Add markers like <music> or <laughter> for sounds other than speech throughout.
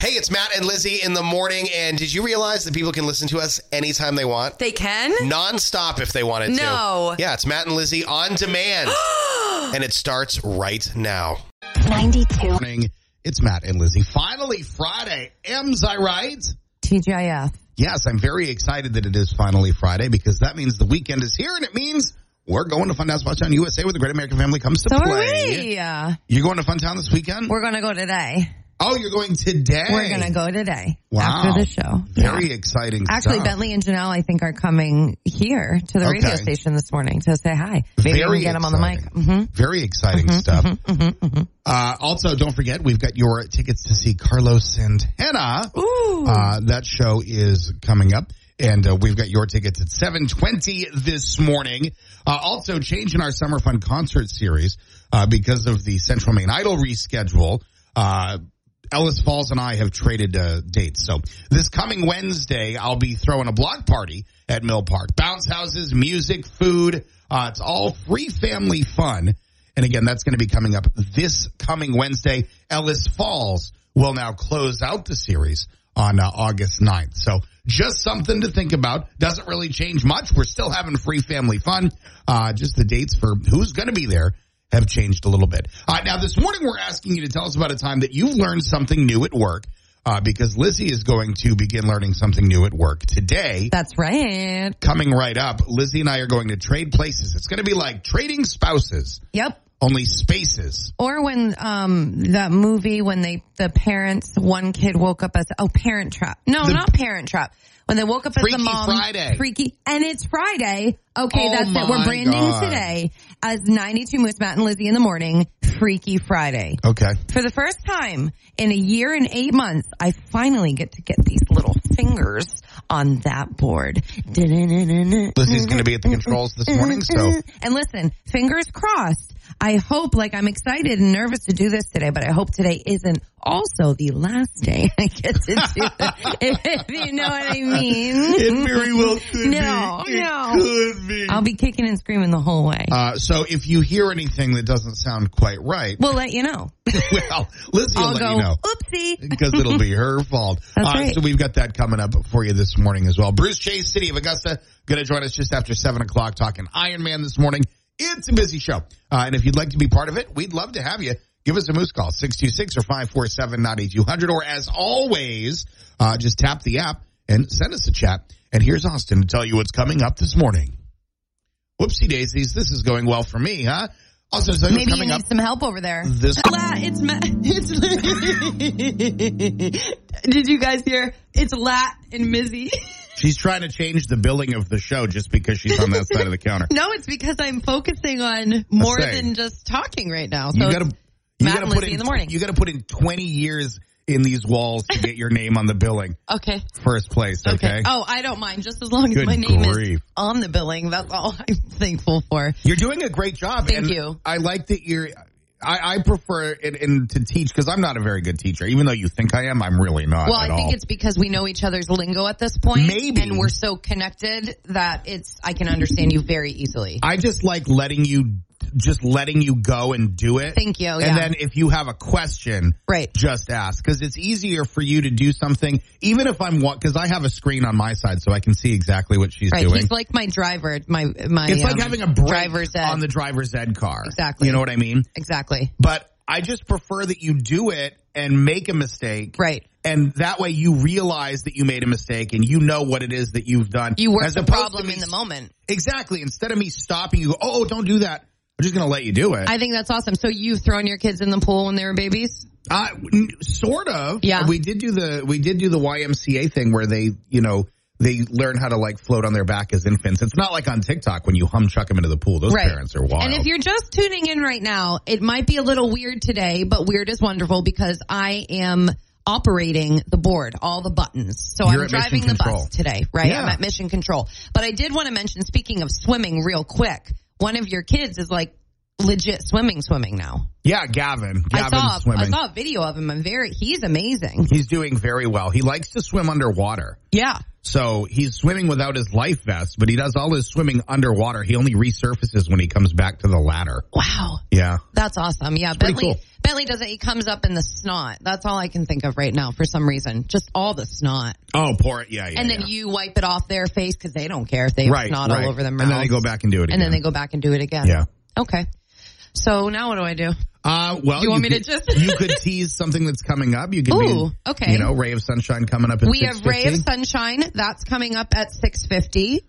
It's Matt and Lizzie in the morning. And did you realize that people can listen to us anytime they want? They can? Nonstop if they wanted to. No. Yeah, it's Matt and Lizzie <gasps> on demand. and it starts right now. 92. Morning. It's Matt and Lizzie. Finally, Friday. M's I right? TGIF. Yes, I'm very excited that it is finally Friday because that means the weekend is here and it means we're going to Funhouse Watch on USA where the Great American Family comes to So are play. we. Uh, You're going to Funtown this weekend? we're going to go today. oh, you're going today. We're going to go today Wow. after the show. Very Yeah. exciting Actually, stuff. Bentley and Janelle, I think, are coming here to the radio Okay. station this morning to say hi. Maybe Very we can get them on the mic. exciting. hmm Very exciting stuff. Uh, also, don't forget, we've got your tickets to see Carlos Santana. Ooh. Uh, that show is coming up. And uh, we've got your tickets at 720 this morning. Uh, also, changing our Summer Fun concert series uh, because of the Central Maine Idol reschedule. Uh, Ellis Falls and I have traded uh, dates. So this coming Wednesday, I'll be throwing a block party at Mill Park. Bounce houses, music, food. Uh, it's all free family fun. And again, that's going to be coming up this coming Wednesday. Ellis Falls will now close out the series on uh, August 9th. So just something to think about. Doesn't really change much. We're still having free family fun. Uh, just the dates for who's going to be there have changed a little bit. Uh, now, this morning, we're asking you to tell us about a time that you've learned something new at work uh, because Lizzie is going to begin learning something new at work today. That's right. Coming right up, Lizzie and I are going to trade places. It's going to be like trading spouses, Yep. only spaces. Or when um that movie when they the parents one kid woke up as oh Parent Trap no The- not Parent Trap when they woke up as the Freaky mom Friday. freaky and it's Friday okay Oh that's it we're my branding God. today as ninety two Moose Matt and Lizzie in the morning Freaky Friday Okay. for the first time in a year and eight months I finally get to get these little fingers on that board Mm-hmm. Lizzie's going to be at the controls this morning, so and listen, fingers crossed. I hope, like, I'm excited and nervous to do this today, but I hope today isn't also the last day I get to do it. <laughs> if you know what I mean. very well could No, no. could be. I'll be kicking and screaming the whole way. Uh, so if you hear anything that doesn't sound quite right, <laughs> we'll let you know. well, Lizzie will I'll let go, you know. oopsie. because it'll <laughs> be her fault. That's uh, right. So we've got that coming up for you this morning as well. Bruce Chase, City of Augusta, going to join us just after seven o'clock talking Iron Man this morning. It's a busy show. Uh, and if you'd like to be part of it, we'd love to have you. Give us a moose call, 626 or 547 9200. Or as always, uh, just tap the app and send us a chat. And here's Austin to tell you what's coming up this morning. Whoopsie daisies, this is going well for me, huh? Austin, so Maybe you coming need up some help over there. this La- it's ma- <laughs> it's. Did you guys hear? It's Lat and Mizzy. <laughs> She's trying to change the billing of the show just because she's on that side of the counter. No, it's because I'm focusing on more That's right. than just talking right now. So You it's- gotta, you Matt gotta and put Lizzie in, in the morning. You gotta put in twenty years in these walls to get your name on the billing okay. first place. Okay. Oh, I don't mind just as long as Good my name grief. is on the billing. That's all <laughs> I'm thankful for. You're doing a great job. Thank and you. I like that you're. I, I prefer it and to teach because I'm not a very good teacher. Even though you think I am, I'm really not. Well, at I think all. it's because we know each other's lingo at this point, Maybe. and we're so connected that it's I can understand you very easily. I just like letting you, just letting you go and do it. Thank you, Oh, And yeah. then if you have a question, Right. just ask because it's easier for you to do something, even if I'm what, because I have a screen on my side so I can see exactly what she's Right? doing. He's like my driver. My my. it's um, like having a brake driver's ed. on the driver's ed car. Exactly. You know what I mean? exactly But I just prefer that you do it and make a mistake. right. And that way you realize that you made a mistake and you know what it is that you've done. You work As the opposed to problem me- in the moment. Exactly. Instead of me stopping you, oh, don't do that. I'm just going to let you do it. I think that's awesome. So you've thrown your kids in the pool when they were babies. Uh, n- sort of. Yeah. We did do the we did do the YMCA thing where they you know they learn how to like float on their back as infants. It's not like on TikTok when you hum chuck them into the pool. Those Right. parents are wild. And if you're just tuning in right now, it might be a little weird today, but weird is wonderful because I am operating the board, all the buttons. So I'm You're at Mission driving the Control. bus today, right? Yeah. I'm at mission control. But I did want to mention, speaking of swimming real quick, one of your kids is like legit swimming, swimming now. yeah, Gavin. I Gavin's saw, I swimming. saw a video of him. I'm very, he's amazing. He's doing very well. He likes to swim underwater. Yeah. So he's swimming without his life vest, but he does all his swimming underwater. He only resurfaces when he comes back to the ladder. Wow. Yeah. That's awesome. Yeah, pretty Bentley. cool. Bentley does it. He comes up in the snot. That's all I can think of right now for some reason. Just all the snot. Oh, pour it. Yeah, yeah. And then yeah. you wipe it off their face because they don't care if they have right, snot right. all over their mouth. and then they go back and do it. And then they again. go back and do it again. Yeah. Okay. So now what do I do? Uh, well, You want me to could- just- <laughs> you could tease something that's coming up. You could. Ooh, be, okay. You know, ray of sunshine coming up. At We have Ray of 6:15. Sunshine. That's coming up at 6.50.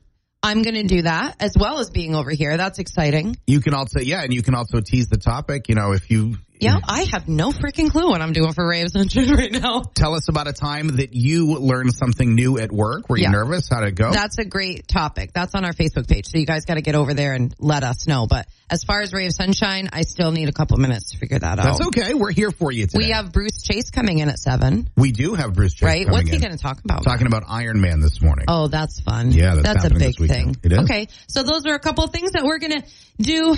I'm going to do that as well as being over here. That's exciting. You can also yeah, and you can also tease the topic. You know, if you Yeah, I have no freaking clue what I'm doing for Ray of Sunshine <laughs> right now. tell us about a time that you learned something new at work. Were you Yeah. nervous? How'd it go? That's a great topic. That's on our Facebook page. So you guys got to get over there and let us know. But as far as Ray of Sunshine, I still need a couple minutes to figure that That's out. okay. We're here for you today. Oh. We have Bruce Chase coming in at seven, We do have Bruce Chase right? coming What's he in. going to talk about? talking about Iron Man this morning. Oh, that's fun. Yeah, that's that's a happening big this weekend. thing. It is. Okay, so those are a couple of things that we're gonna do.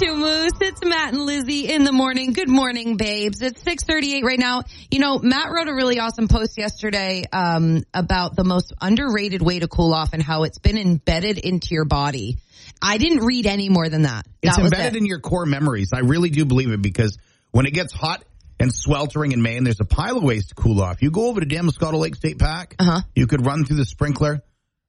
To Moose, it's Matt and Lizzie in the morning. Good morning, babes. It's six thirty-eight right now. You know, Matt wrote a really awesome post yesterday um, about the most underrated way to cool off and how it's been embedded into your body. I didn't read any more than that. It's that embedded was it. in your core memories. I really do believe it because when it gets hot and sweltering in Maine, there's a pile of ways to cool off. You go over to Damascotta Lake State Park, Uh-huh. you could run through the sprinkler.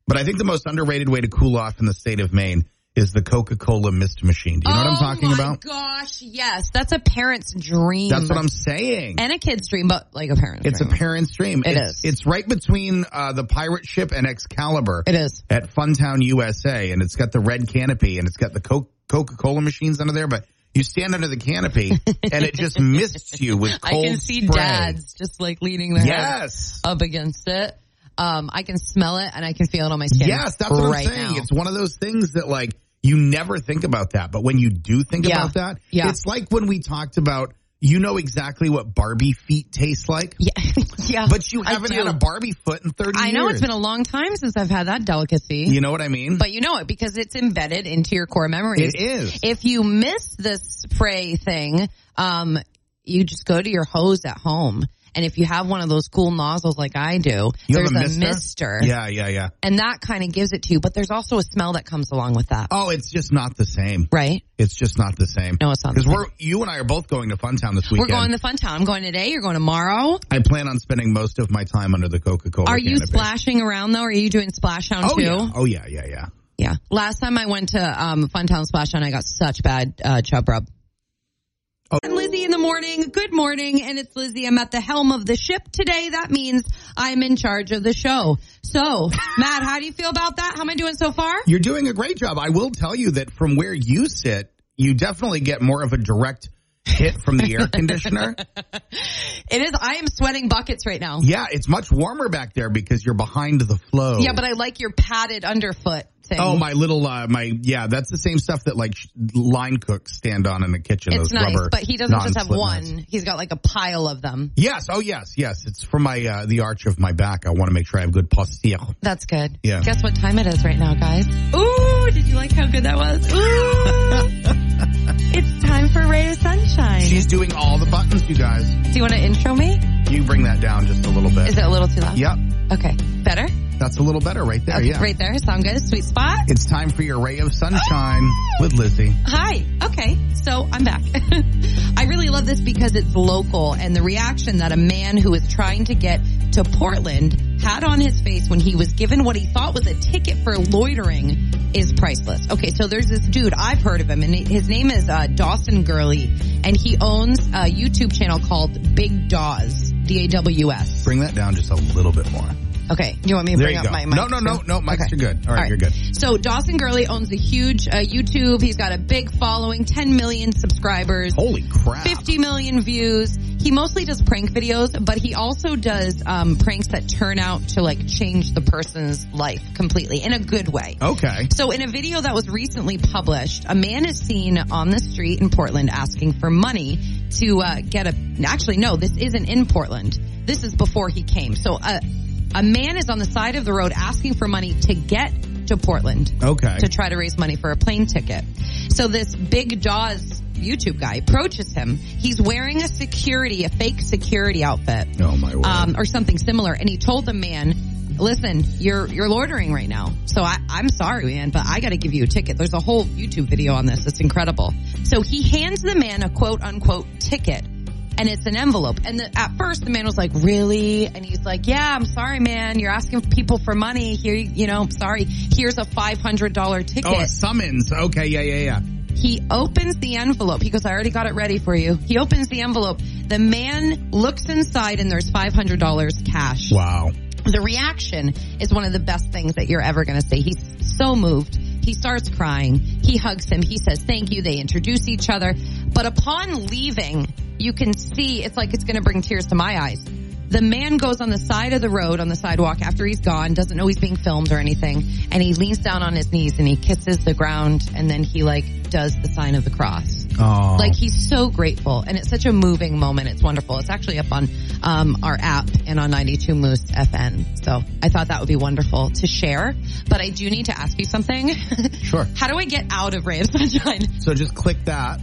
But I think the most underrated way to cool off in the state of Maine is the Coca-Cola mist machine. Do you know what I'm Oh talking my about? Gosh, yes, that's a parent's dream. That's what I'm saying. and a kid's dream, but like a parent's. It's a dream. parent's dream. It it's, is. It's right between uh, the pirate ship and Excalibur. It is. at Funtown USA, and it's got the red canopy, and it's got the Coca Cola machines under there. But you stand under <laughs> the canopy, and it just mists you with cold I can see spray. dads just like leaning their head Yes, up against it. Um, I can smell it and I can feel it on my skin. yes, that's what I'm right saying. now. It's one of those things that like you never think about that, but when you do think Yeah. about that, Yeah. it's like when we talked about you know exactly what Barbie feet taste like, yeah, <laughs> yeah. but you I haven't do. had a Barbie foot in 30 years. I know it's been a long time since I've had that delicacy, you know what I mean? but you know it because it's embedded into your core memories. it is. If you miss the spray thing, um, you just go to your hose at home. And if you have one of those cool nozzles like I do, You there's have a mister? mister. Yeah, yeah, yeah. And that kind of gives it to you, but there's also a smell that comes along with that, Oh, it's just not the same. right? It's just not the same. No, it's not the Because we're you and I are both going to Funtown this weekend. We're going to Funtown. I'm going today. You're going tomorrow. I plan on spending most of my time under the Coca Cola. Are you splashing around though? Are you doing Splashdown Oh too? yeah. oh yeah, yeah, yeah. Yeah. Last time I went to um, Funtown Splashdown, I got such bad uh, chub rub. Oh. And Lizzie in the morning. Good morning. And it's Lizzie. I'm at the helm of the ship today. That means I'm in charge of the show. <laughs> So, Matt, how do you feel about that? How am I doing so far? You're doing a great job. I will tell you that from where you sit, you definitely get more of a direct hit from <laughs> the air conditioner. It is. I am sweating buckets right now. Yeah, it's much warmer back there because you're behind the flow. Yeah, but I like your padded underfoot thing. Oh my little uh, my yeah that's the same stuff that like sh- line cooks stand on in the kitchen. It's those nice, rubber but he doesn't just have non-slip one. mats. He's got like a pile of them. Yes, oh yes, yes. It's for my uh, the arch of my back. I want to make sure I have good posture. That's good. Yeah. Guess what time it is right now, guys? Ooh, did you like how good that was? <laughs> Ooh. it's time for Ray of Sunshine. She's doing all the buttons, you guys. Do you want to intro me? You bring that down just a little bit. Is it a little too loud? yep, Okay. Better? that's a little better right there. Okay, yeah. Right there. Sound good? Sweet spot? It's time for your ray of sunshine with Lizzie. Hi. Okay. So I'm back. <laughs> I really love this because it's local and the reaction that a man who was trying to get to Portland had on his face when he was given what he thought was a ticket for loitering is priceless. Okay. So there's this dude. I've heard of him and his name is uh, Dawson Gurley and he owns a YouTube channel called Big Dawes, D-A-W-S. Bring that down just a little bit more. Okay. You want me to There bring you up go. my mic? no, no, no, too? no, Mike's Okay. you're good. All All right, right. you're good. So Dawson Gurley owns a huge uh, YouTube. He's got a big following, 10 million subscribers, Holy crap! 50 million views. He mostly does prank videos, but he also does um, pranks that turn out to like change the person's life completely in a good way. Okay. So in a video that was recently published, a man is seen on the street in Portland asking for money to uh, get a. Actually, no, this isn't in Portland. This is before he came. So a a man is on the side of the road asking for money to get to Portland Okay. to try to raise money for a plane ticket. So this big Jaws YouTube guy approaches him. He's wearing a security, a fake security outfit Oh my word. Uh, um, or something similar. And he told the man, listen, you're you're loitering right now. So I, I'm sorry, man, but I got to give you a ticket. There's a whole YouTube video on this. It's incredible. So he hands the man a quote unquote ticket, and it's an envelope. And the, at first, the man was like, "Really?" And he's like, "Yeah, I'm sorry, man. You're asking people for money. Here, you you know, sorry. Here's a five hundred dollar ticket." Oh, a summons. Okay, yeah, yeah, yeah. He opens the envelope. He goes, I already got it ready for you. He opens the envelope. The man looks inside and there's $500 cash. Wow. The reaction is one of the best things that you're ever going to see. He's so moved. He starts crying. He hugs him. He says, thank you. They introduce each other. But upon leaving, you can see it's like it's going to bring tears to my eyes. The man goes on the side of the road on the sidewalk after he's gone, doesn't know he's being filmed or anything, and he leans down on his knees and he kisses the ground and then he like does the sign of the cross. Oh. Like he's so grateful, and it's such a moving moment. It's wonderful. It's actually up on um, our app and on 92 Moose FN. So I thought that would be wonderful to share. But I do need to ask you something. <laughs> sure. How do I get out of Ray of Sunshine <laughs> So just click that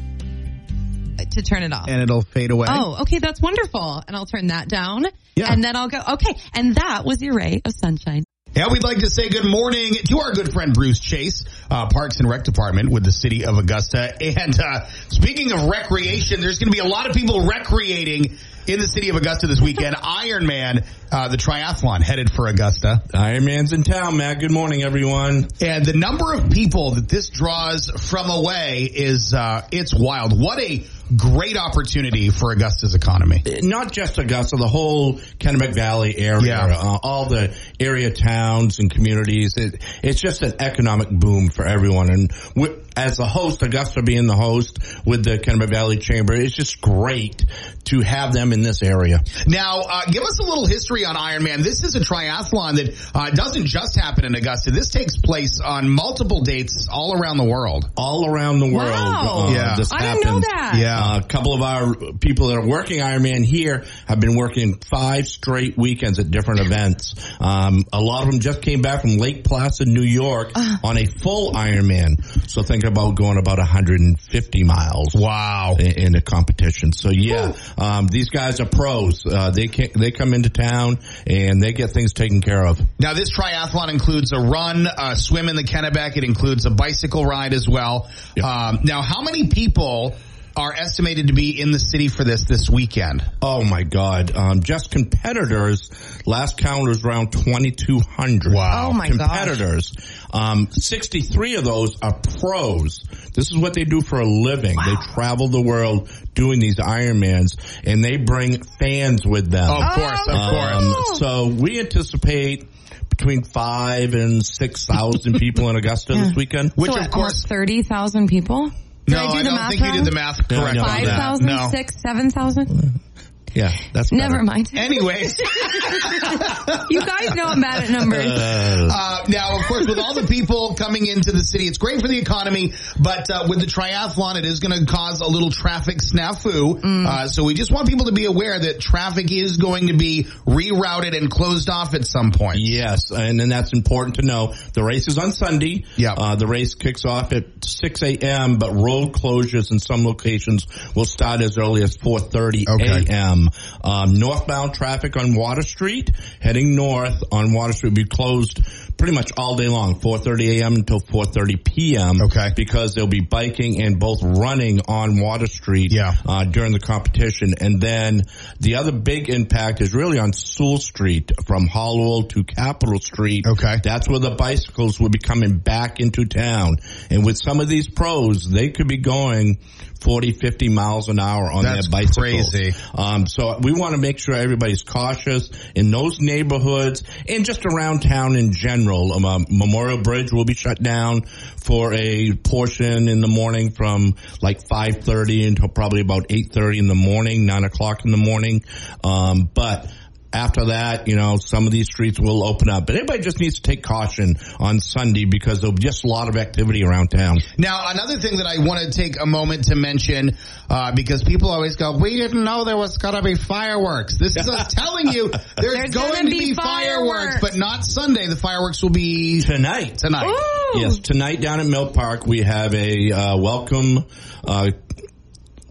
to turn it off? and it'll fade away. Oh, okay, that's wonderful. And I'll turn that down. Yeah. And then I'll go, okay. And that was your ray of sunshine. Yeah, we'd like to say good morning to our good friend Bruce Chase, uh, Parks and Rec Department with the City of Augusta. And uh, speaking of recreation, there's going to be a lot of people recreating in the City of Augusta this <laughs> weekend. Ironman, uh, the triathlon headed for Augusta. Iron Man's in town, Matt. Good morning, everyone. And the number of people that this draws from away is, uh, it's wild. What a great opportunity for Augusta's economy. Not just Augusta, the whole Kennebec Valley area, Yeah. uh, all the area towns and communities. It, it's just an economic boom for everyone. And wi- as the host, Augusta being the host with the Kennebec Valley Chamber, it's just great to have them in this area. Now, uh, give us a little history on Ironman. This is a triathlon that uh, doesn't just happen in Augusta. This takes place on multiple dates all around the world. All around the world, Wow. uh, Yeah. this I didn't know happens. that. Yeah. Uh, a couple of our people that are working Ironman here have been working five straight weekends at different events. Um, a lot of them just came back from Lake Placid, New York, Uh. on a full Ironman. So think about going about 150 miles. Wow. i- In a competition, so yeah, um, these guys are pros. Uh, they can, they come into town and they get things taken care of. Now, this triathlon includes a run, a swim in the Kennebec. It includes a bicycle ride as well. Yeah. Um, now, how many people are estimated to be in the city for this this weekend? Oh my God! Um, just competitors. Last count was around twenty two hundred. Wow. Oh, my gosh. competitors. Um, sixty three of those are pros. This is what they do for a living. They travel the world doing these Ironmans, and they bring fans with them. Of course, of Oh, course. Um, so we anticipate between five and six thousand people in Augusta this weekend. Which, so of what, course, 30,000 people? Did no, I do I the don't math think you did the math No, correctly. no, on no. that. 5,000, No. 6,000, 7,000? Yeah, that's Never better. <laughs> mind. Anyways. You guys know I'm bad at numbers. Uh, now, of course, with all the people coming into the city, it's great for the economy, but uh, with the triathlon, it is going to cause a little traffic snafu. Mm. Uh, so we just want people to be aware that traffic is going to be rerouted and closed off at some point. Yes, and then that's important to know. The race is on Sunday. Yeah. Uh, the race kicks off at 6 a.m., but road closures in some locations will start as early as 4.30 Okay. a.m. Um, northbound traffic on Water Street, heading north on Water Street, will be closed pretty much all day long, 4.30 a.m. until 4.30 p.m. Okay. Because they'll be biking and both running on Water Street Yeah. uh, during the competition. And then the other big impact is really on Sewell Street from Hollowell to Capitol Street. Okay. That's where the bicycles will be coming back into town. And with some of these pros, they could be going 40, 50 miles an hour on That's their bicycles. crazy. Um, so we want to make sure everybody's cautious in those neighborhoods and just around town in general. Um, um, Memorial Bridge will be shut down for a portion in the morning from like 5.30 until probably about 8.30 in the morning, 9 o'clock in the morning. Um, but after that, you know, some of these streets will open up, but everybody just needs to take caution on Sunday because there'll be just a lot of activity around town. Now, another thing that I want to take a moment to mention, uh, because people always go, we didn't know there was going to be fireworks. This <laughs> is us telling you there's, There's going gonna to be be fireworks, fireworks. but not Sunday. The fireworks will be Tonight. tonight. Ooh. uh, Yes, tonight down at Mill Park we have a uh, welcome uh,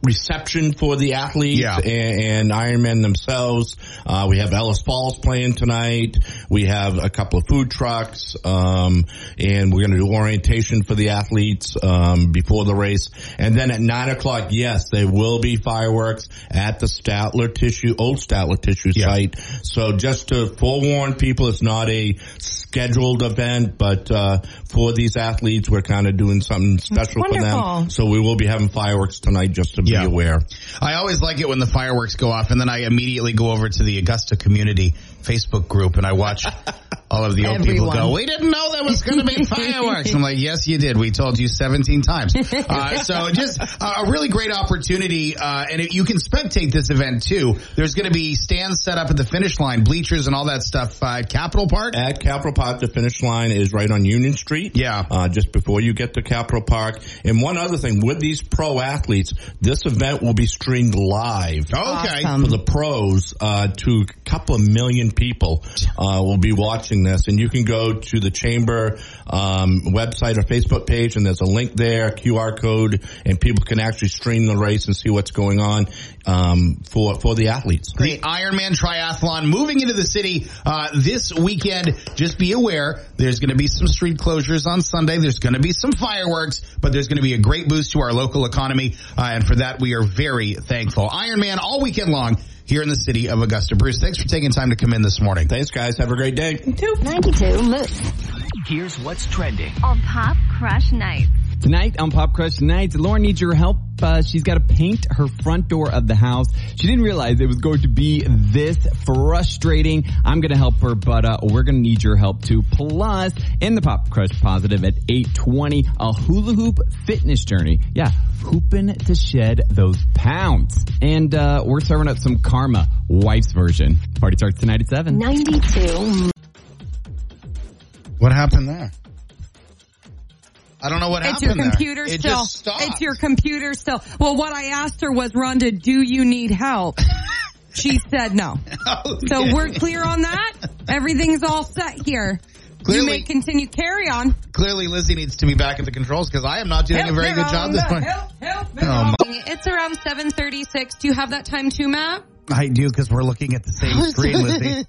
reception for the athletes Yeah. and, and Ironman themselves. Uh, we have Ellis Falls playing tonight. We have a couple of food trucks, um, and we're going to do orientation for the athletes um, before the race. And then at nine o'clock, yes, there will be fireworks at the Statler Tissue, old Statler Tissue Yeah. site. So just to forewarn people, it's not a scheduled event, but uh, for these athletes, we're kind of doing something special for them. wonderful. So we will be having fireworks tonight, just to be Yeah. aware. I always like it when the fireworks go off, and then I immediately go over to the Augusta community Facebook group and I watch all of the old people go. Everyone. We didn't know there was going to be fireworks. I'm like, yes, you did. We told you 17 times. Uh, so just uh, a really great opportunity, uh, and it, you can spectate this event too. There's going to be stands set up at the finish line, bleachers, and all that stuff uh, at Capitol Park. At Capitol Park, the finish line is right on Union Street. Yeah. Uh, just before you get to Capitol Park. And one other thing, with these pro athletes, this event will be streamed live. Oh, Okay. Awesome. For the pros, uh, to a couple of million people uh, will be watching this, and you can go to the chamber um, website or Facebook page, and there's a link there, QR code, and people can actually stream the race and see what's going on um, for for the athletes. the Ironman Triathlon moving into the city uh, this weekend. Just be aware, there's going to be some street closures on Sunday. There's going to be some fireworks, but there's going to be a great boost to our local economy, uh, and for that we are very thankful. Ironman all weekend long here in the city of Augusta. Bruce, thanks for taking time to come in this morning. Thanks, guys. Have a great day. 92 Moose. Here's what's trending. On Pop Crush Night. Tonight on Pop Crush Nights, Lauren needs your help. Uh, she's got to paint her front door of the house. She didn't realize it was going to be this frustrating. I'm going to help her, but uh, we're going to need your help too. Plus, in the Pop Crush Positive at 820, a hula hoop fitness journey. Yeah, hooping to shed those pounds. And uh, we're serving up some karma, wife's version. Party starts tonight at 7. 92 What happened there? I don't know what It's happened. your there. computer It still. just stopped. It's your computer still. Well, what I asked her was, Rhonda, do you need <laughs> help? She said no. So <laughs> Okay. we're clear on that. Everything's all set here. Clearly- You may continue. Carry on. clearly Lizzie needs to be back at the controls because I am not doing a very Help, good help, job this morning. Help, help, Oh, help. It's around 736. Do you have that time too, Matt? I do because we're looking at the same screen, Lizzie.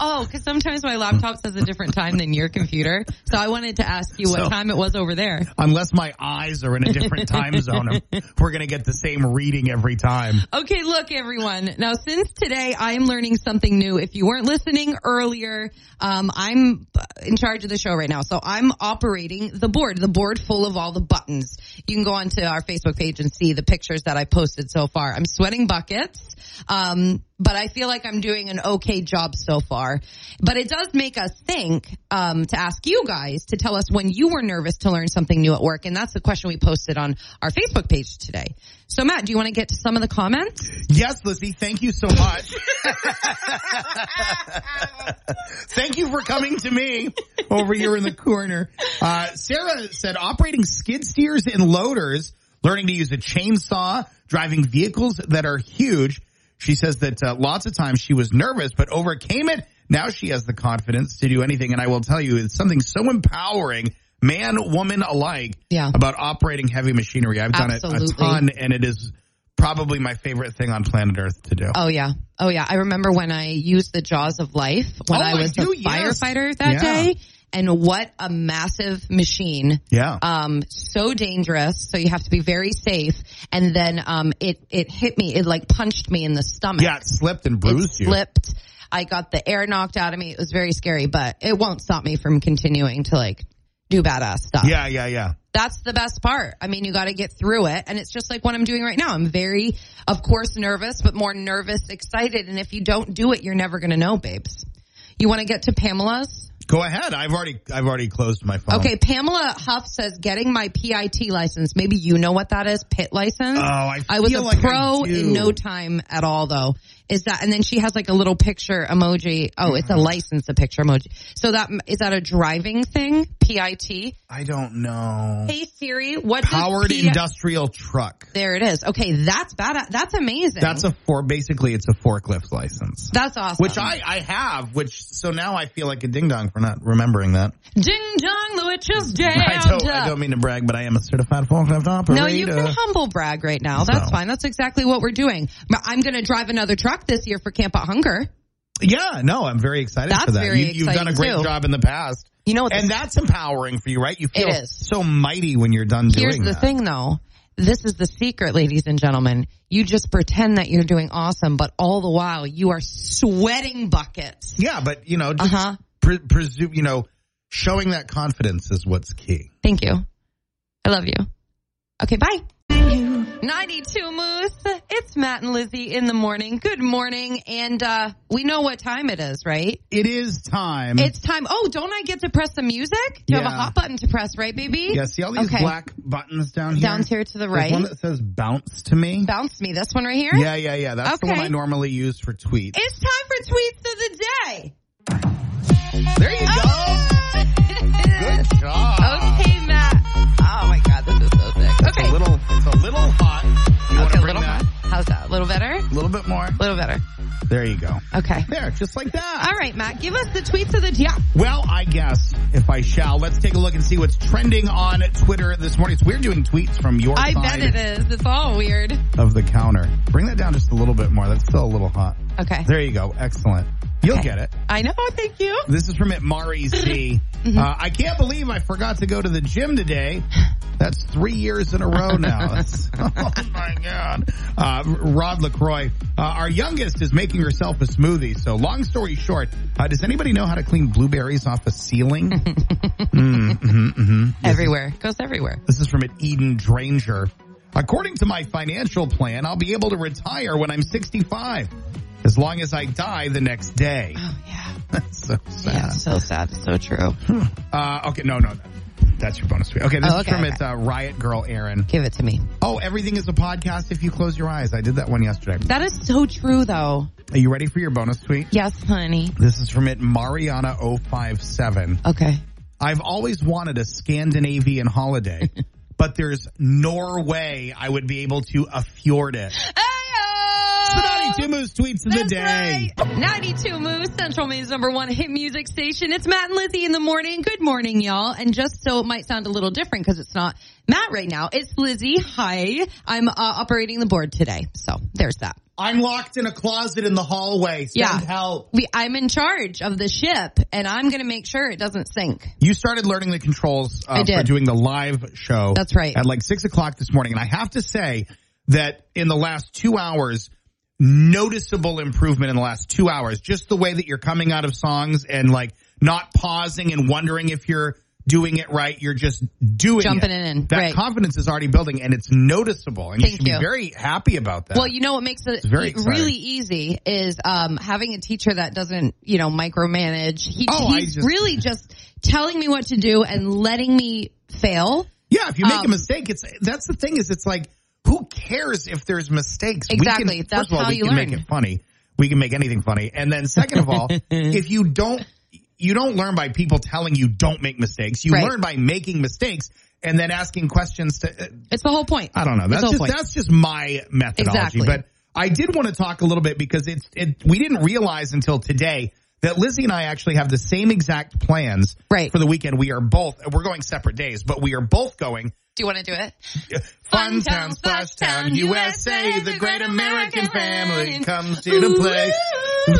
Oh, because sometimes my laptop says a different time than your computer. So I wanted to ask you what So- time it was over there. unless my eyes are in a different time zone, we're going to get the same reading every time. Okay, look, everyone. Now, since today I am learning something new. If you weren't listening earlier, um, I'm in charge of the show right now. So I'm operating the board, the board full of all the buttons. You can go onto our Facebook page and see the pictures that I posted so far. I'm sweating buckets. Um, but I feel like I'm doing an okay job so far. But it does make us think um, to ask you guys to tell us when you were nervous to learn something new at work. And that's the question we posted on our Facebook page today. So, Matt, do you want to get to some of the comments? Yes, Lizzie, thank you <laughs> so much. thank you for coming to me over here in the corner. Uh, Sarah said operating skid steers and loaders, learning to use a chainsaw, driving vehicles that are huge. She says that uh, lots of times she was nervous, but overcame it. Now she has the confidence to do anything. And I will tell you, it's something so empowering, man, woman alike, Yeah. about operating heavy machinery. I've done it Absolutely. a ton, and it is probably my favorite thing on planet Earth to do. Oh yeah. Oh yeah. I remember when I used the jaws of life when Oh, I I was do, a yes. firefighter that Yeah. day. And what a massive machine. Yeah. Um, so dangerous. So you have to be very safe. And then, um, it, it hit me. It like punched me in the stomach. yeah, it slipped and It bruised you. slipped. I got the air knocked out of me. It was very scary, but it won't stop me from continuing to like do badass stuff. Yeah, yeah, yeah. That's the best part. I mean, you got to get through it. And it's just like what I'm doing right now. I'm very, of course, nervous, but more nervous, excited. And if you don't do it, you're never going to know, babes. You want to get to Pamela's? Go ahead. I've already I've already closed my phone. Okay, Pamela Huff says getting my PIT license. Maybe you know what that is, pit license. Oh, I I was feel a like I pro do. in no time at all, though. Is that? And then she has like a little picture emoji. Oh, it's Mm-hmm. a license, a picture emoji. So that is that a driving thing? PIT. I don't know. Hey Siri, what does Powered PIT industrial truck. There it is. Okay, that's bad. That's amazing. That's a four. Basically, it's a forklift license, that's awesome. which I I have. Which so now I feel like a ding dong for not remembering that. <laughs> ding dong Louis. Which is damned. I don't, I don't mean to brag, but I am a certified forklift operator. uh, No, you can humble brag right now. That's So. fine. That's exactly what we're doing. But I'm going to drive another truck this year for Camp Out Hunger. Yeah, no, I'm very excited That's for that. very you, you've done a exciting, great too. job in the past. You know what? And the- that's empowering for you, right? You feel It is. so mighty when you're done here's doing the that. thing, though. This is the secret, ladies and gentlemen. You just pretend that you're doing awesome, but all the while you are sweating buckets. Yeah, but you know, Uh just huh. pre- presume, you know, showing that confidence is what's key. Thank you. I love you. Okay, bye. 92 Moose. It's Matt and Lizzie in the morning. Good morning. And uh, we know what time it is, right? It is time. It's time. Oh, don't I get to press the music? You have a Yeah. hot button to press, right, baby? yeah, see all these Okay. black buttons down here? Down here to the There's right. one that says bounce to me. Bounce me. This one right here. Yeah, yeah, yeah. That's the one Okay. I normally use for tweets. It's time for tweets of the day. There you <laughs> Good job. okay, Matt. Oh my God, this is so sick. It's Okay. a little, it's a little hot. You want okay, to a bring little that more. How's that? A little better? a little bit more? A little better. There you go. Okay. There, just like that. All right, Matt, give us the tweets of the day. Yeah. Well, I guess if I shall, let's take a look and see what's trending on Twitter this morning. It's weird doing tweets from your I side bet it is. It's all weird. of the counter. Bring that down just a little bit more. That's still a little hot. Okay. There you go. Excellent. You'll Okay. get it. I know. Thank you. This is from at Mari C. uh, I can't believe I forgot to go to the gym today. That's three years in a row now. <laughs> That's- oh my God. Uh, Rod LaCroix, uh, our youngest is making herself a smoothie. So long story short, uh, does anybody know how to clean blueberries off a ceiling? Mm, mm-hmm, Everywhere. Goes everywhere. This is from at Eden Dranger. According to my financial plan, I'll be able to retire when I'm 65, as long as I die the next day. Oh, yeah. so sad. Yeah, so sad. So true. Uh, okay, no, no, no. That's your bonus tweet. Okay, this Oh, okay, is from okay. it's uh, Riot Girl Aaron. Give it to me. Oh, everything is a podcast if you close your eyes. I did that one yesterday. That is so true, though. Are you ready for your bonus tweet? Yes, honey. This is from it Mariana057. Okay. I've always wanted a Scandinavian <laughs> holiday, but there's no way I would be able to afford it. Sonati Tumu's tweets of the That's day. right. 92 Moves, Central Maine's number one hit music station. It's Matt and Lizzie in the morning. Good morning, y'all. And just so it might sound a little different because it's not Matt right now, it's Lizzie. Hi. I'm uh, operating the board today. So there's that. I'm locked in a closet in the hallway. Send Yeah. help. We, I'm in charge of the ship and I'm going to make sure it doesn't sink. You started learning the controls uh, I did. for doing the live show. That's right. At like six o'clock this morning. And I have to say that in the last two hours, noticeable improvement in the last two hours. Just the way that you're coming out of songs and like not pausing and wondering if you're doing it right. You're just doing Jumping it. in, That right. confidence is already building and it's noticeable. And Thank you should you. be very happy about that. Well, you know what makes it very e- exciting. really easy is um, having a teacher that doesn't, you know, micromanage. He, Oh, I he's just- really just telling me what to do and letting me fail. Yeah, if you make Um, a mistake, it's that's the thing is it's like who cares if there's mistakes? We Exactly. Can, first That's of all, how we you can learn. make it funny. We can make anything funny. And then second <laughs> of all, if you don't you don't learn by people telling you don't make mistakes. You Right. learn by making mistakes and then asking questions to uh, It's the whole point. I don't know. That's the whole just point. that's just my methodology. Exactly. But I did want to talk a little bit because it's it we didn't realize until today that Lizzie and I actually have the same exact plans Right. for the weekend. We are both we're going separate days, but we are both going do you want to do it? Fun Town, Splash Town, USA, the great American family comes here to play.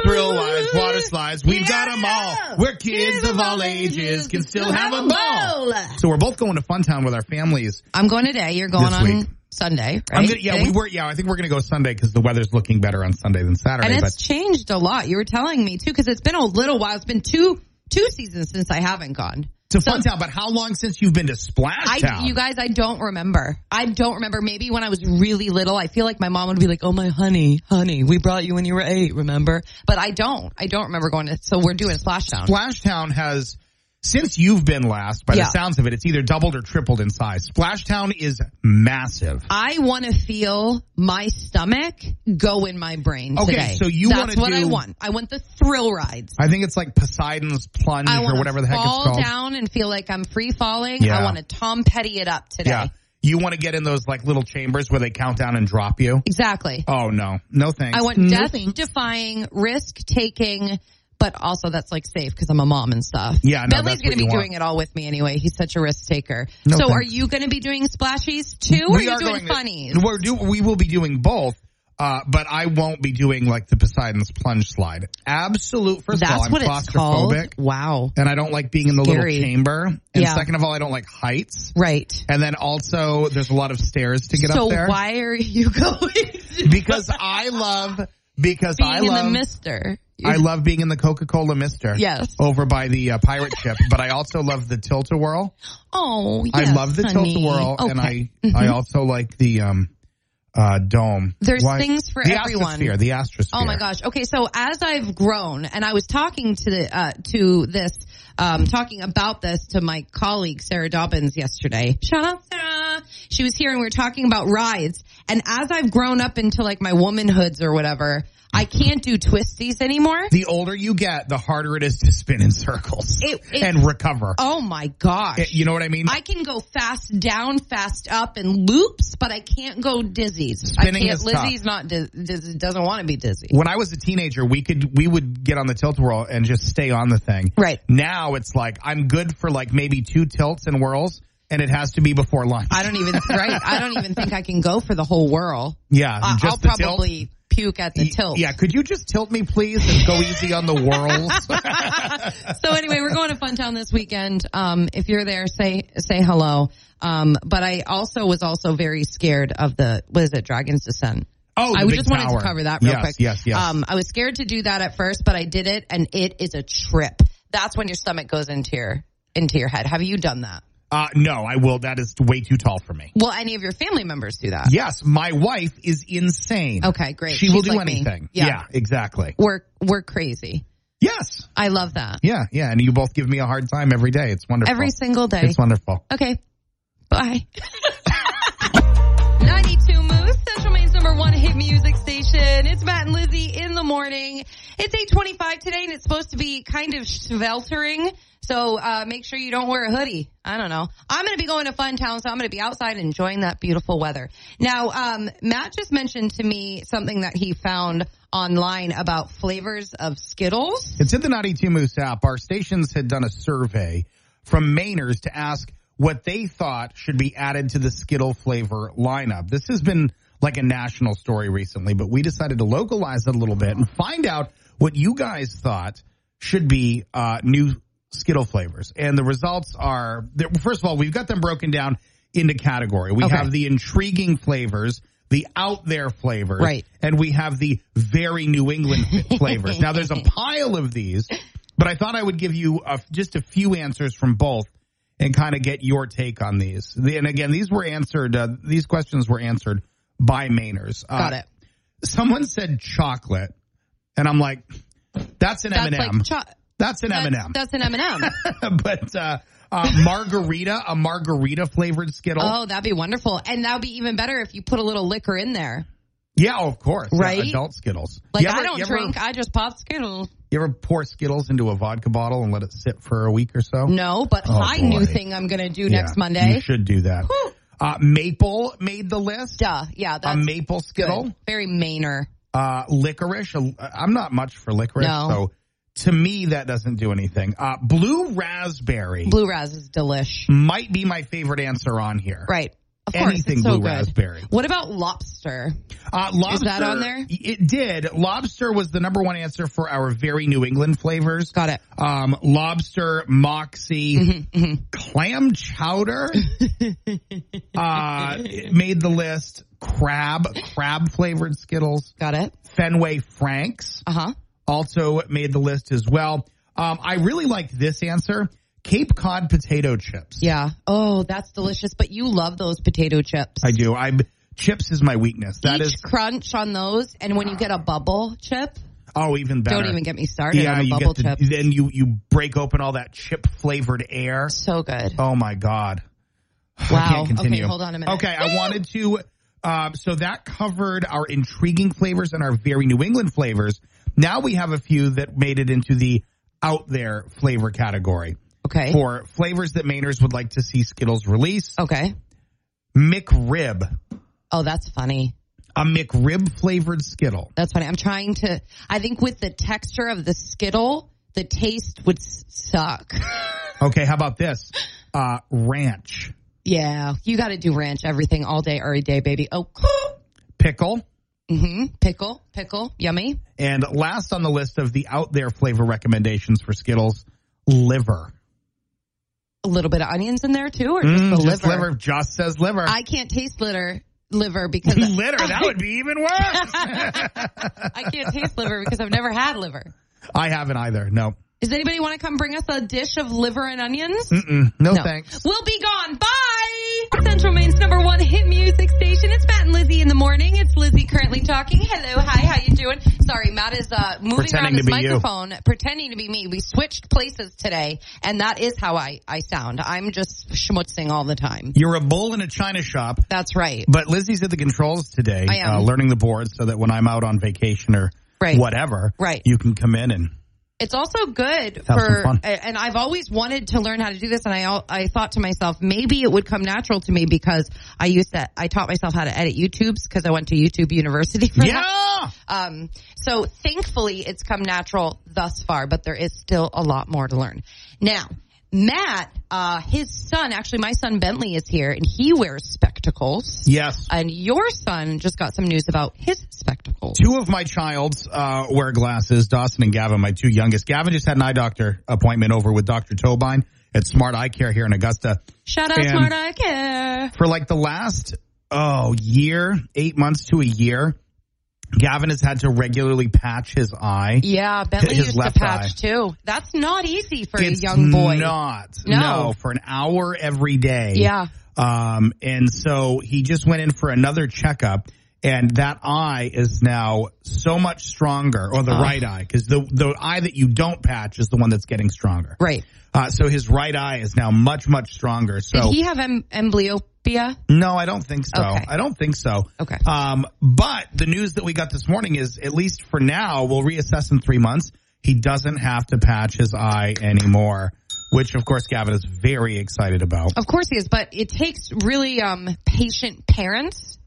Thrill rides, water slides, we've got 'em all. We're kids of all ages, can still have a ball. So we're both going to Fun Town with our families. I'm going today. You're going This on week. Sunday, right? I'm gonna, yeah, Okay. we were, yeah, I think we're going to go Sunday because the weather's looking better on Sunday than Saturday. And but it's changed a lot. You were telling me too, because it's been a little while. It's been two two seasons since I haven't gone. to Fun Town, but how long since you've been to Splash I, Town? you guys, I don't remember. I don't remember. Maybe when I was really little, I feel like my mom would be like, "Oh my honey, honey, we brought you when you were eight, remember?" But I don't. I don't remember going to. So we're doing Splashdown. Splash Town has, since you've been last, by Yeah. the sounds of it, it's either doubled or tripled in size. Splash Town is massive. I want to feel my stomach go in my brain Okay, today. so you That's wanna what I do- want. I want the thrill rides. I think it's like Poseidon's Plunge I or want whatever to the heck it's fall called. down and feel like I'm free falling. I Yeah. want to Tom Petty it up today. Yeah. You want to get in those like little chambers where they count down and drop you? Exactly. Oh no. No thanks. I want death defying, risk taking but also that's like safe because I'm a mom and stuff. Yeah, no, Bentley's that's going what to be you want. doing it all with me anyway. He's such a risk taker. No, so thank are you going to be doing splashies too, or are you doing to- funnies? We're do, we will be doing both, uh, but I won't be doing like the Poseidon's plunge slide. Absolute. First of all, that's I'm what it's called. claustrophobic, Wow. and I don't like being in the Scary. little chamber. And Yeah. second of all, I don't like heights. Right. And then also, there's a lot of stairs to get so up there. why are you <laughs> going to Because I love. Because being I in love. the mister? I love being in the Coca Cola Mister. Yes. Over by the uh, pirate ship, but I also love the tilt a whirl. Oh, yes, I love the honey. tilt a whirl, and Okay. Mm-hmm. I I also like the um uh dome. There's things for the everyone. Astrosphere, the astrosphere. Oh my gosh. Okay, so as I've grown, and I was talking to the uh, to this, um, talking about this to my colleague Sarah Dobbins yesterday. Shout out Sarah. She was here, and we were talking about rides. And as I've grown up into like my womanhoods or whatever, I can't do twisties anymore. The older you get, the harder it is to spin in circles It- it- and recover. Oh my gosh. It- you know what I mean? I can go fast down, fast up, and loops, but I can't go dizzies. Spinning I can't. is tough. Lizzie's not diz- diz- doesn't want to be dizzy. when I was a teenager, we could we would get on the tilt a whirl and just stay on the thing. Right. Now it's like I'm good for like maybe two tilts and whirls, and it has to be before lunch. I don't even right. I don't even think I can go for the whole whirl. yeah, I- just I'll the tilt. probably puke at the tilt. Yeah, could you just tilt me, please, and go easy on <laughs> the whirls? So anyway, we're going to Fun Town this weekend. Um, if you're there, say say hello. Um, but I also was also very scared of the what is it, Dragon's Descent. Oh, the I big just wanted tower. to cover that real Yes, quick. yes, yes. Um, I was scared to do that at first, but I did it, and it is a trip. That's when your stomach goes into your into your head. Have you done that? uh, no, I will. That is way too tall for me. Will any of your family members do that? Yes, my wife is insane. Okay, great. She will She's do like me. anything. Yeah. exactly. We're we're crazy. Yes. I love that. Yeah, yeah. And you both give me a hard time every day. It's wonderful. Every single day. It's wonderful. Okay. Bye. <laughs> 92 Moose, Central Maine's number one hit music station. It's Matt and Lizzie in the morning. It's 825 today and it's supposed to be kind of sweltering. So, uh, make sure you don't wear a hoodie. I don't know. I'm going to be going to Fun Town, so I'm going to be outside enjoying that beautiful weather. Now, um, Matt just mentioned to me something that he found online about flavors of Skittles. It's in the 92 Moose app. Our stations had done a survey from Mainers to ask what they thought should be added to the Skittle flavor lineup. This has been like a national story recently, but we decided to localize it a little bit and find out what you guys thought should be uh, new Skittle flavors. And the results are, there- first of all, we've got them broken down into category. We Okay. have the intriguing flavors, the out there flavors, Right. and we have the very New <laughs> England flavors. now there's a pile of these, but I thought I would give you a, just a few answers from both and kind of get your take on these. The- And again, these were answered. Uh, these questions were answered by Mainers. Uh, Got it. Someone said chocolate, and I'm like, that's an M That's and like M. cho- That's an M that's- and M. That's an M&M. <laughs> But uh, uh, margarita, a margarita flavored Skittle. Oh, that'd be wonderful. And that'd be even better if you put a little liquor in there. yeah, of course. Yeah, Right? adult Skittles. Like, You ever- I don't you ever- drink. I just pop Skittles. You ever pour Skittles into a vodka bottle and let it sit for a week or so? No, but Oh, my new boy. thing I'm going to do Yeah, next Monday. You should do that. Whew. Uh, maple made the list. Duh. Yeah, A that's maple Skittle. good. Very mainer. Uh, licorice. A- I'm not much for licorice, No. so to me that doesn't do anything. Uh, blue raspberry Blue Raz is delish. might be my favorite answer on here. Right. Of course, Anything it's so blue good. raspberry. What about lobster? Uh, lobster, that on there? It did. Lobster was the number one answer for our very New England flavors. Got it. Um, lobster, moxie, <laughs> clam chowder uh, it made the list. Crab, crab flavored Skittles. Got it. Fenway Franks Uh huh. also made the list as well. Um, I really liked this answer Cape Cod potato chips. Yeah. Oh, that's delicious. But you love those potato chips. I do. I'm. Chips is my weakness. That Each is crunch on those, and when you get a bubble chip, oh, even better. don't even get me started on a you bubble get chip. the- Then you you break open all that chip flavored air. so good. Oh my god! I wow. can't continue. Okay, hold on a minute. Okay, I wanted to. Um, so that covered our intriguing flavors and our very New England flavors. Now we have a few that made it into the out there flavor category Okay. for flavors that Mainers would like to see Skittles release. Okay. McRib. Oh, that's funny. a McRib flavored Skittle. That's funny. I'm trying to. I think with the texture of the Skittle, the taste would s- suck. Okay, how about this? Uh, ranch, yeah, you got to do ranch everything all day, every day, baby. Oh, <gasps> pickle, hmm pickle, pickle, yummy. and last on the list of the out there flavor recommendations for Skittles, liver. A little bit of onions in there too, or just the Mm, Just liver. liver. Josh says liver. I can't taste litter liver because <laughs> litter. That would be <laughs> even worse. I can't taste liver because I've never had liver. I haven't either. No. Does anybody want to come bring us a dish of liver and onions? No, No. thanks. We'll be gone. Bye. Central Maine's number one hit music station. It's Matt and Lizzie in the morning. It's Lizzie currently talking. Hello, hi, how you doing? Sorry, Matt is uh, moving Pretending around his to be you. microphone, pretending to be me. We switched places today, and that is how I I sound. I'm just schmutzing all the time. You're a bull in a china shop, That's right. but Lizzie's at the controls today, I am. Uh, learning the boards so that when I'm out on vacation or Right. whatever, Right. you can come in and It's also good Have some for, fun. a- and I've always wanted to learn how to do this. And I, al- I thought to myself, maybe it would come natural to me because I used to, I taught myself how to edit YouTubes because I went to YouTube University for that. yeah. Um, so thankfully it's come natural thus far, but there is still a lot more to learn. Now, Matt, uh, his son, actually my son Bentley is here and he wears spectacles. Yes. And your son just got some news about his spectacles. Two of my childs uh, wear glasses, Dawson and Gavin, my two youngest. Gavin just had an eye doctor appointment over with Dr. Tobine at Smart Eye Care here in Augusta. Shout out And- Smart Eye Care. for like the last oh year, eight months to a year, Gavin has had to regularly patch his eye. Yeah, Bentley His used to left patch eye. too. That's not easy for It's a young boy. Not No. no. for an hour every day. Yeah. Um, and so he just went in for another checkup. And that eye is now so much stronger, or the right eye, because the the eye that you don't patch is the one that's getting stronger. Right. Uh, so his right eye is now much much stronger. So Did he have em- amblyopia? No, I don't think so. Okay. I don't think so. Okay. Um, but the news that we got this morning is, at least for now, we'll reassess in three months. He doesn't have to patch his eye anymore, which of course Gavin is very excited about. Of course he is, but it takes really um, patient parents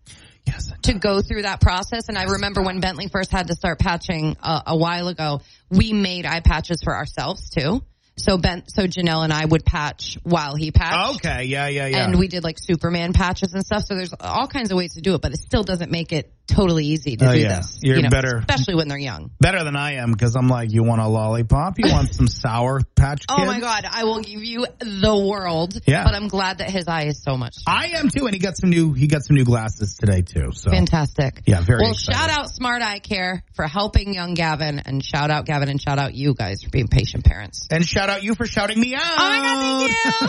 Yes. to go through that process. And I remember when Bentley first had to start patching uh, a while ago, we made eye patches for ourselves too. So Ben, so Janelle and I would patch while he patched. Okay. Yeah. Yeah. Oh, Yeah. And we did like Superman patches and stuff. So there's all kinds of ways to do it, but it still doesn't make it totally easy to Oh, do yeah. this. You're better- especially when they're young. Better than I am because I'm like, you want a lollipop? You want <laughs> some sour patch? Oh Kids? my God, I will give you the world. Yeah. But I'm glad that his eye is so much. I am too, and he got some new. He got some new glasses today too. So Fantastic. Yeah, very Well, excited. shout out Smart Eye Care for helping young Gavin, and shout out Gavin, and shout out you guys for being patient parents. and shout out you for shouting me out. Oh my God, thank you.